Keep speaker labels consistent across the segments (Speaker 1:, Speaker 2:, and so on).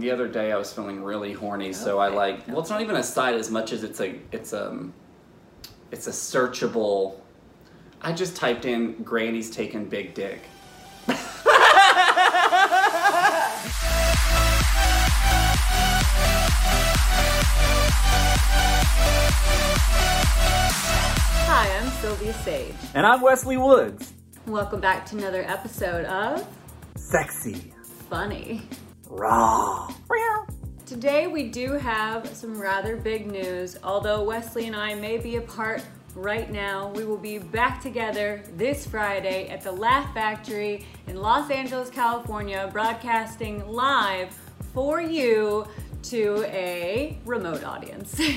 Speaker 1: the other day I was feeling really horny, so I
Speaker 2: Okay,
Speaker 1: like. Well, it's not even a site as much as it's a. It's um. It's a searchable. I just typed in "Granny's taking big dick."
Speaker 2: Hi, I'm Sylvia Sage.
Speaker 3: And I'm Wesley Woods.
Speaker 2: Welcome back to another episode of
Speaker 3: Sexy.
Speaker 2: Funny.
Speaker 3: Raw.
Speaker 2: Today we do have some rather big news. Although Wesley and I may be apart right now, we will be back together this Friday at the Laugh Factory in Los Angeles, California, broadcasting live for you to a remote audience.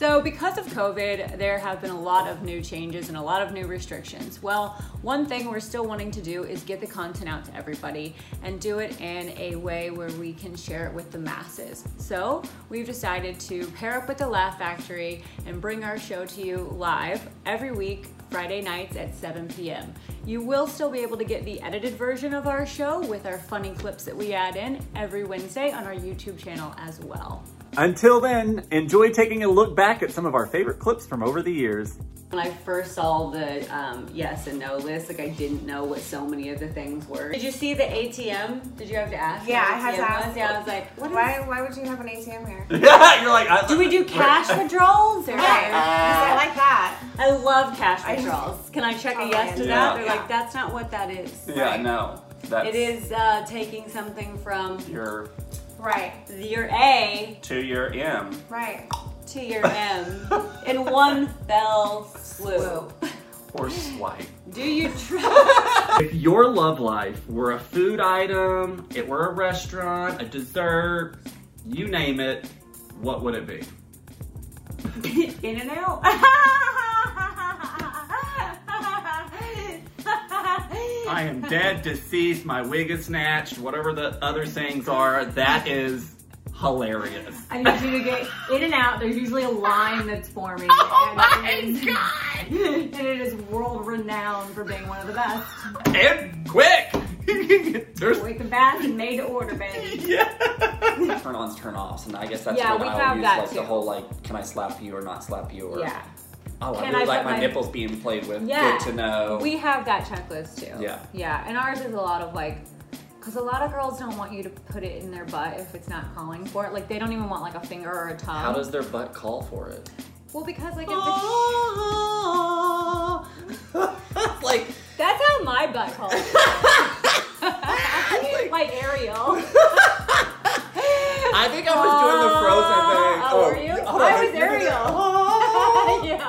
Speaker 2: So, because of COVID, there have been a lot of new changes and a lot of new restrictions. Well, one thing we're still wanting to do is get the content out to everybody and do it in a way where we can share it with the masses. So, we've decided to pair up with the Laugh Factory and bring our show to you live every week. Friday nights at 7 p.m. You will still be able to get the edited version of our show with our funny clips that we add in every Wednesday on our YouTube channel as well.
Speaker 3: Until then, enjoy taking a look back at some of our favorite clips from over the years.
Speaker 2: When I first saw the um, yes and no list, like I didn't know what so many of the things were. Did you see the ATM? Did you have to ask?
Speaker 4: Yeah,
Speaker 2: what
Speaker 4: I had to
Speaker 2: ATM
Speaker 4: ask.
Speaker 2: was? Yeah, I was like, what is?
Speaker 4: Why, why would you have an ATM here? Yeah,
Speaker 3: Yeah, you're like, I,
Speaker 2: Do we do cash withdrawals? They're like,
Speaker 4: 'cause I like that.
Speaker 2: I love cash
Speaker 4: I-
Speaker 2: withdrawals. Can I check a
Speaker 4: Oh,
Speaker 2: yes to
Speaker 1: yeah.
Speaker 2: that? They're
Speaker 4: Yeah.
Speaker 2: like, that's not what that is.
Speaker 1: Yeah,
Speaker 4: Right.
Speaker 1: no, that's
Speaker 2: It is uh, taking something from
Speaker 1: your
Speaker 4: Right,
Speaker 2: your A
Speaker 1: to your M.
Speaker 4: right.
Speaker 2: to your M in one fell swoop.
Speaker 1: Horse wipe.
Speaker 2: Do you try?
Speaker 1: If your love life were a food item, it were a restaurant, a dessert, you name it, what would it be?
Speaker 2: In and out.
Speaker 1: I am dead, deceased, my wig is snatched, whatever the other sayings are. That is hilarious.
Speaker 2: I need you to get in and out. There's usually a line that's forming. and it is-
Speaker 1: Oh god!
Speaker 2: And it is world renowned for being one of the best.
Speaker 1: And quick! There's
Speaker 2: We can fast and made to order, baby.
Speaker 1: yeah. turn ons, turn offs, and I guess that's
Speaker 2: Yeah,
Speaker 1: what
Speaker 2: we
Speaker 1: I'll
Speaker 2: have
Speaker 1: use
Speaker 2: that
Speaker 1: like the
Speaker 2: too.
Speaker 1: whole like, can I slap you or not slap you? Or
Speaker 2: Yeah.
Speaker 1: oh, I
Speaker 2: Can
Speaker 1: really
Speaker 2: I
Speaker 1: like
Speaker 2: put
Speaker 1: my,
Speaker 2: my-
Speaker 1: nipples being played with.
Speaker 2: Yeah.
Speaker 1: Good to know.
Speaker 2: We have that checklist too.
Speaker 1: Yeah.
Speaker 2: Yeah. And ours is a lot of like, because a lot of girls don't want you to put it in their butt if it's not calling for it. Like, they don't even want like a finger or a tongue.
Speaker 1: How does their butt call for it?
Speaker 2: well, because like, if it's,
Speaker 1: it's like
Speaker 2: that's how my butt calls. like Ariel.
Speaker 1: I think I was doing the frozen thing.
Speaker 2: Oh, were you?
Speaker 1: hold
Speaker 2: I
Speaker 1: on.
Speaker 2: was Ariel. yeah.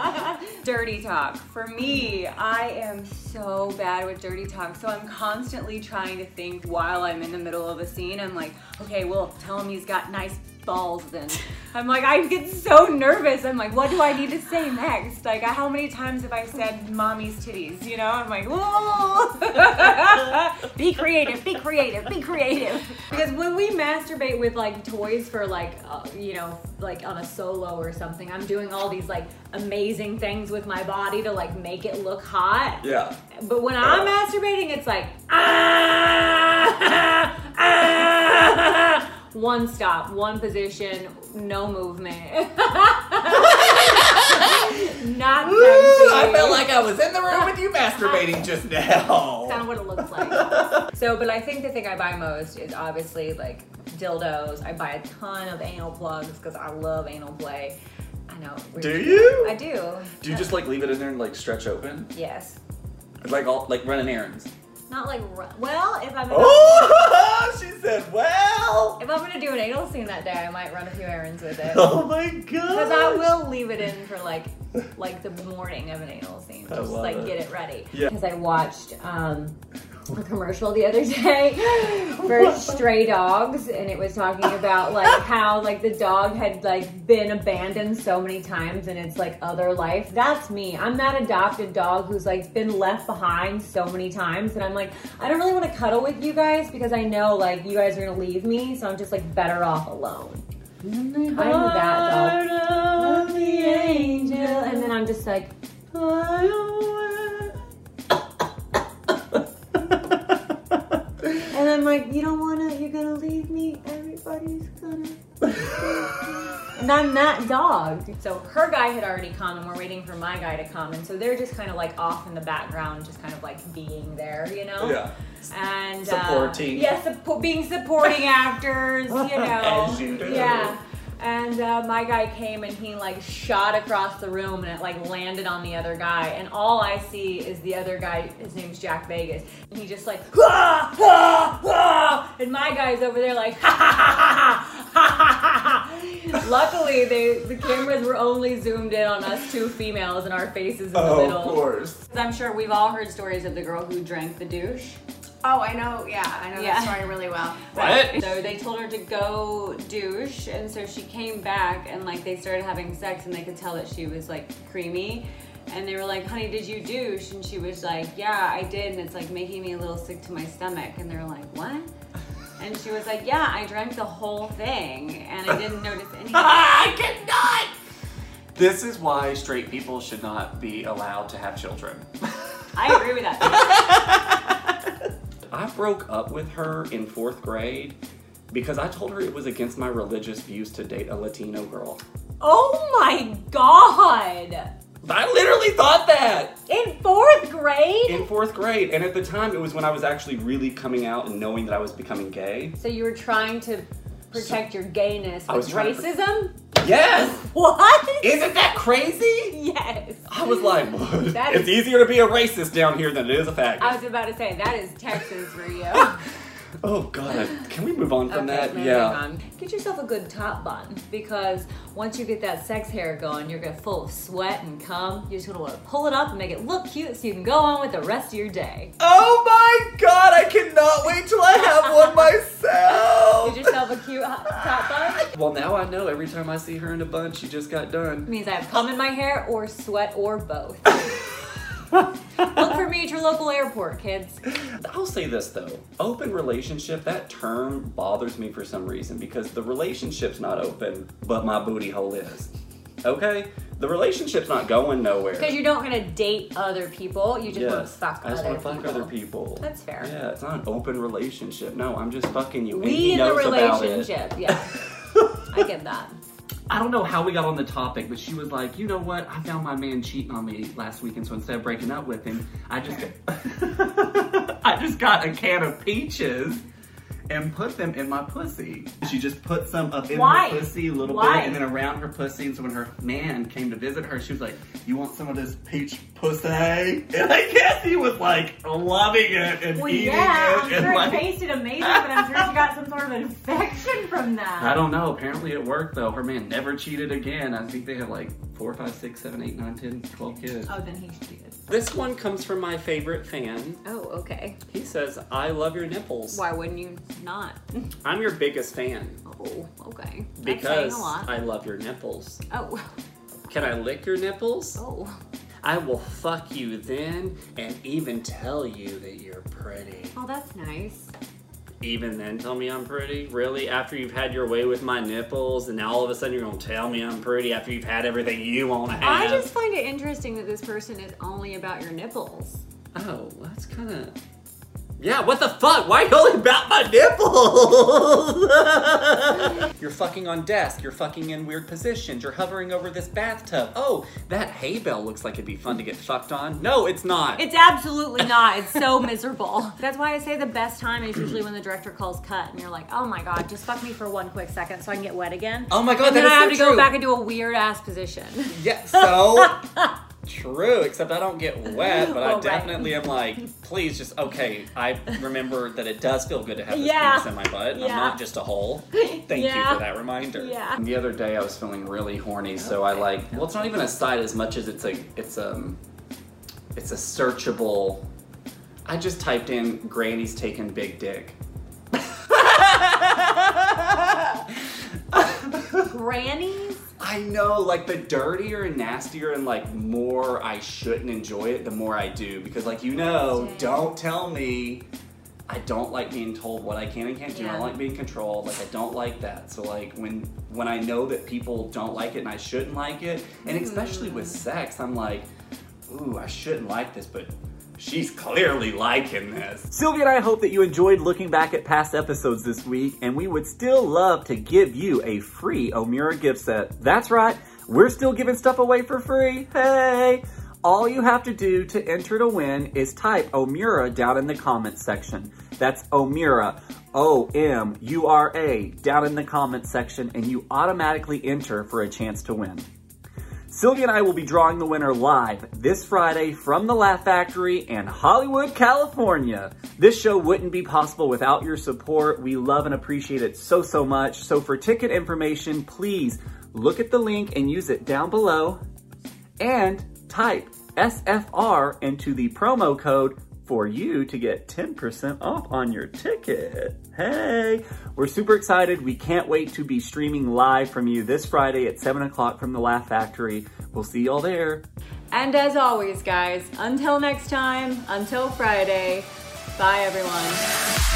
Speaker 2: Dirty talk. For me, I am so bad with dirty talk. So I'm constantly trying to think while I'm in the middle of a scene. I'm like, okay, well, tell him he's got nice balls then. I'm like, I get so nervous. I'm like, what do I need to say next? Like, how many times have I said mommy's titties? You know, I'm like, whoa. be creative, be creative, be creative. Because when we masturbate with like toys for like, uh, you know, like on a solo or something, I'm doing all these like amazing things with my body to like make it look hot.
Speaker 1: Yeah.
Speaker 2: But when I'm masturbating, it's like ah, ah, one stop, one position, no movement. Not
Speaker 1: I
Speaker 2: sexy.
Speaker 1: felt like I was in the room with you masturbating just
Speaker 2: kind
Speaker 1: now.
Speaker 2: of what it looks like. so, but I think the thing I buy most is obviously like dildos. I buy a ton of anal plugs because I love anal play. I know. we're-
Speaker 1: Do you?
Speaker 2: I do.
Speaker 1: Do you just like leave it in there and like stretch open?
Speaker 2: Yes.
Speaker 1: Like all like running errands.
Speaker 2: Not like ru- well, if I'm.
Speaker 1: Oh, she said, "Well."
Speaker 2: If I'm gonna do an anal scene that day, I might run a few errands with it.
Speaker 1: Oh my god.
Speaker 2: Because I will leave it in for like like the morning of an anal scene,
Speaker 1: I
Speaker 2: just
Speaker 1: love
Speaker 2: like
Speaker 1: it.
Speaker 2: get it ready.
Speaker 1: Yeah.
Speaker 2: Because I watched um, a commercial the other day for stray dogs, and it was talking about like how like the dog had like been abandoned so many times in its like other life. That's me. I'm that adopted dog who's like been left behind so many times, and I'm like I don't really want to cuddle with you guys because I know like you guys are gonna leave me, so I'm just like better off alone. I'm that dog. I'm the angel. And then I'm just like, and I'm like, you don't wanna, you're gonna leave me. Every,
Speaker 4: Everybody's gonna.
Speaker 2: And I'm that dog. So her guy had already come, and we're waiting for my guy to come. And so they're just kind of like off in the background, just kind of like being there, you know?
Speaker 1: Yeah.
Speaker 2: And uh,
Speaker 1: Supporting.
Speaker 2: yeah, suppo- being supporting actors, you know.
Speaker 1: As you do.
Speaker 2: Yeah. And uh, my guy came and he like shot across the room and it like landed on the other guy. And all I see is the other guy, his name's Jack Vegas. And he just like, "Ah, ah, ah," and my guy's over there like, ha ha ha ha ha ha ha. Luckily, they, the cameras were only zoomed in on us two females and our faces in the
Speaker 1: Oh,
Speaker 2: middle.
Speaker 1: of course.
Speaker 2: I'm sure we've all heard stories of the girl who drank the douche.
Speaker 4: Oh, I know. Yeah, I know
Speaker 2: Yeah.
Speaker 4: that story really well.
Speaker 1: What?
Speaker 2: So they told her to go douche, and so she came back, and like they started having sex, and they could tell that she was like creamy. And they were like, honey, did you douche? And she was like, yeah, I did. And it's like making me a little sick to my stomach. And they're like, what? And she was like, yeah, I drank the whole thing and I didn't notice anything.
Speaker 1: I cannot. This is why straight people should not be allowed to have children.
Speaker 2: I agree with that.
Speaker 1: I broke up with her in fourth grade because I told her it was against my religious views to date a Latino girl.
Speaker 2: Oh my God.
Speaker 1: I literally thought that
Speaker 2: In fourth grade?
Speaker 1: in fourth grade, and at the time it was when I was actually really coming out and knowing that I was becoming gay.
Speaker 2: So you were trying to protect your gayness
Speaker 1: I
Speaker 2: with
Speaker 1: was trying to-
Speaker 2: racism?
Speaker 1: Yes,
Speaker 2: What?
Speaker 1: isn't that crazy?
Speaker 2: yes.
Speaker 1: I was like,
Speaker 2: That
Speaker 1: it's
Speaker 2: is-
Speaker 1: easier to be a racist down here than it is a faggot.
Speaker 2: I was about to say that is Texas for you.
Speaker 1: Oh God, can we move on from that?
Speaker 2: moving
Speaker 1: Yeah.
Speaker 2: on. Get yourself a good top bun because once you get that sex hair going, you're gonna full of sweat and cum. You're just gonna want to pull it up and make it look cute so you can go on with the rest of your day.
Speaker 1: Oh my God, I cannot wait till I have one
Speaker 2: Get
Speaker 1: myself.
Speaker 2: yourself a cute hot top bun.
Speaker 1: Well, now I know every time I see her in a bun, she just got done.
Speaker 2: Means I have cum in my hair or sweat or both. Look for me at your local airport, kids.
Speaker 1: I'll say this though open relationship, that term bothers me for some reason because the relationship's not open, but my booty hole is. Okay? The relationship's not going nowhere.
Speaker 2: Because you don't gonna date other people. You just want to fuck
Speaker 1: I just
Speaker 2: other
Speaker 1: want to fuck other people.
Speaker 2: That's fair.
Speaker 1: Yeah, it's not an open relationship. No, I'm just fucking you. and he
Speaker 2: We in the
Speaker 1: knows about it.
Speaker 2: relationship. Yeah, I get that.
Speaker 1: I don't know how we got on the topic, but she was like, you know what? I found my man cheating on me last weekend, so instead of breaking up with him, I just got, I just got a can of peaches and put them in my pussy. She just put some up in
Speaker 2: Why?
Speaker 1: her pussy a little
Speaker 2: Why?
Speaker 1: bit and then around her pussy. And so when her man came to visit her, she was like, you want some of this peach pussy? And I guess he was like loving it and
Speaker 2: Well,
Speaker 1: eating
Speaker 2: yeah, I'm
Speaker 1: it. and
Speaker 2: sure
Speaker 1: like,
Speaker 2: it tasted amazing, but I'm sure she got some sort of infection from
Speaker 1: I
Speaker 2: that.
Speaker 1: don't know. Apparently it worked though. Her man never cheated again. I think they had like four, five, six, seven, eight, nine, ten, twelve kids.
Speaker 2: Oh, then he cheated.
Speaker 1: This one comes from my favorite fan.
Speaker 2: Oh, okay.
Speaker 1: He says, I love your nipples.
Speaker 2: Why wouldn't you not?
Speaker 1: I'm your biggest fan
Speaker 2: Oh, okay. That's saying
Speaker 1: because
Speaker 2: a lot.
Speaker 1: I love your nipples.
Speaker 2: oh,
Speaker 1: Can I lick your nipples?
Speaker 2: oh,
Speaker 1: I will fuck you then and even tell you that you're pretty.
Speaker 2: oh, that's nice.
Speaker 1: Even then, tell me I'm pretty? Really? After you've had your way with my nipples, and now all of a sudden you're gonna tell me I'm pretty after you've had everything you wanna
Speaker 2: I
Speaker 1: have?
Speaker 2: just find it interesting that this person is only about your nipples.
Speaker 1: Oh, that's kind of. Yeah, what the fuck? Why are you only about my nipples? you're fucking on desk. You're fucking in weird positions. You're hovering over this bathtub. Oh, that hay bale looks like it'd be fun to get fucked on. No, it's not.
Speaker 2: It's absolutely not. It's so miserable. That's why I say the best time is usually when the director calls cut and you're like, oh my god, just fuck me for one quick second so I can get wet again.
Speaker 1: Oh my God,
Speaker 2: and
Speaker 1: that
Speaker 2: then
Speaker 1: is
Speaker 2: I
Speaker 1: so
Speaker 2: have to
Speaker 1: true.
Speaker 2: go back and do a weird ass position.
Speaker 1: yeah, so. True, except I don't get wet, but
Speaker 2: Well,
Speaker 1: I
Speaker 2: right.
Speaker 1: definitely am like, please just, okay, I remember that it does feel good to have this
Speaker 2: Yeah.
Speaker 1: penis in my butt. I'm
Speaker 2: Yeah.
Speaker 1: not just a hole. Thank you
Speaker 2: Yeah.
Speaker 1: for that reminder.
Speaker 2: Yeah.
Speaker 1: The other day I was feeling really horny, so I like, well, it's not even a side as much as it's a, it's um, it's a searchable. I just typed in "Granny's taking big dick."
Speaker 2: Grannies?
Speaker 1: I know, like the dirtier and nastier and like more I shouldn't enjoy it, the more I do. Because like you know,
Speaker 2: Interesting.
Speaker 1: don't tell me I don't like being told what I can and can't do. I
Speaker 2: Yeah.
Speaker 1: don't like being controlled. Like I don't like that. So like when when I know that people don't like it and I shouldn't like it, and especially with sex, I'm like, ooh, I shouldn't like this, but
Speaker 5: she's clearly liking this.
Speaker 1: Sylvia and I hope that you enjoyed looking back at past episodes this week, and we would still love to give you a free Omira gift set. That's right, we're still giving stuff away for free. Hey! All you have to do to enter to win is type Omura down in the comments section. That's Omira, O M U R A, down in the comments section, and you automatically enter for a chance to win. Sylvia and I will be drawing the winner live this Friday from the Laugh Factory in Hollywood, California. This show wouldn't be possible without your support. We love and appreciate it so, so much. So, for ticket information, please look at the link and use it down below and type SFR into the promo code for you to get 10% off on your ticket. Hey, we're super excited. We can't wait to be streaming live from you this Friday at 7 o'clock from the Laugh Factory. We'll see y'all there.
Speaker 2: And as always, guys, until next time, until Friday, bye everyone.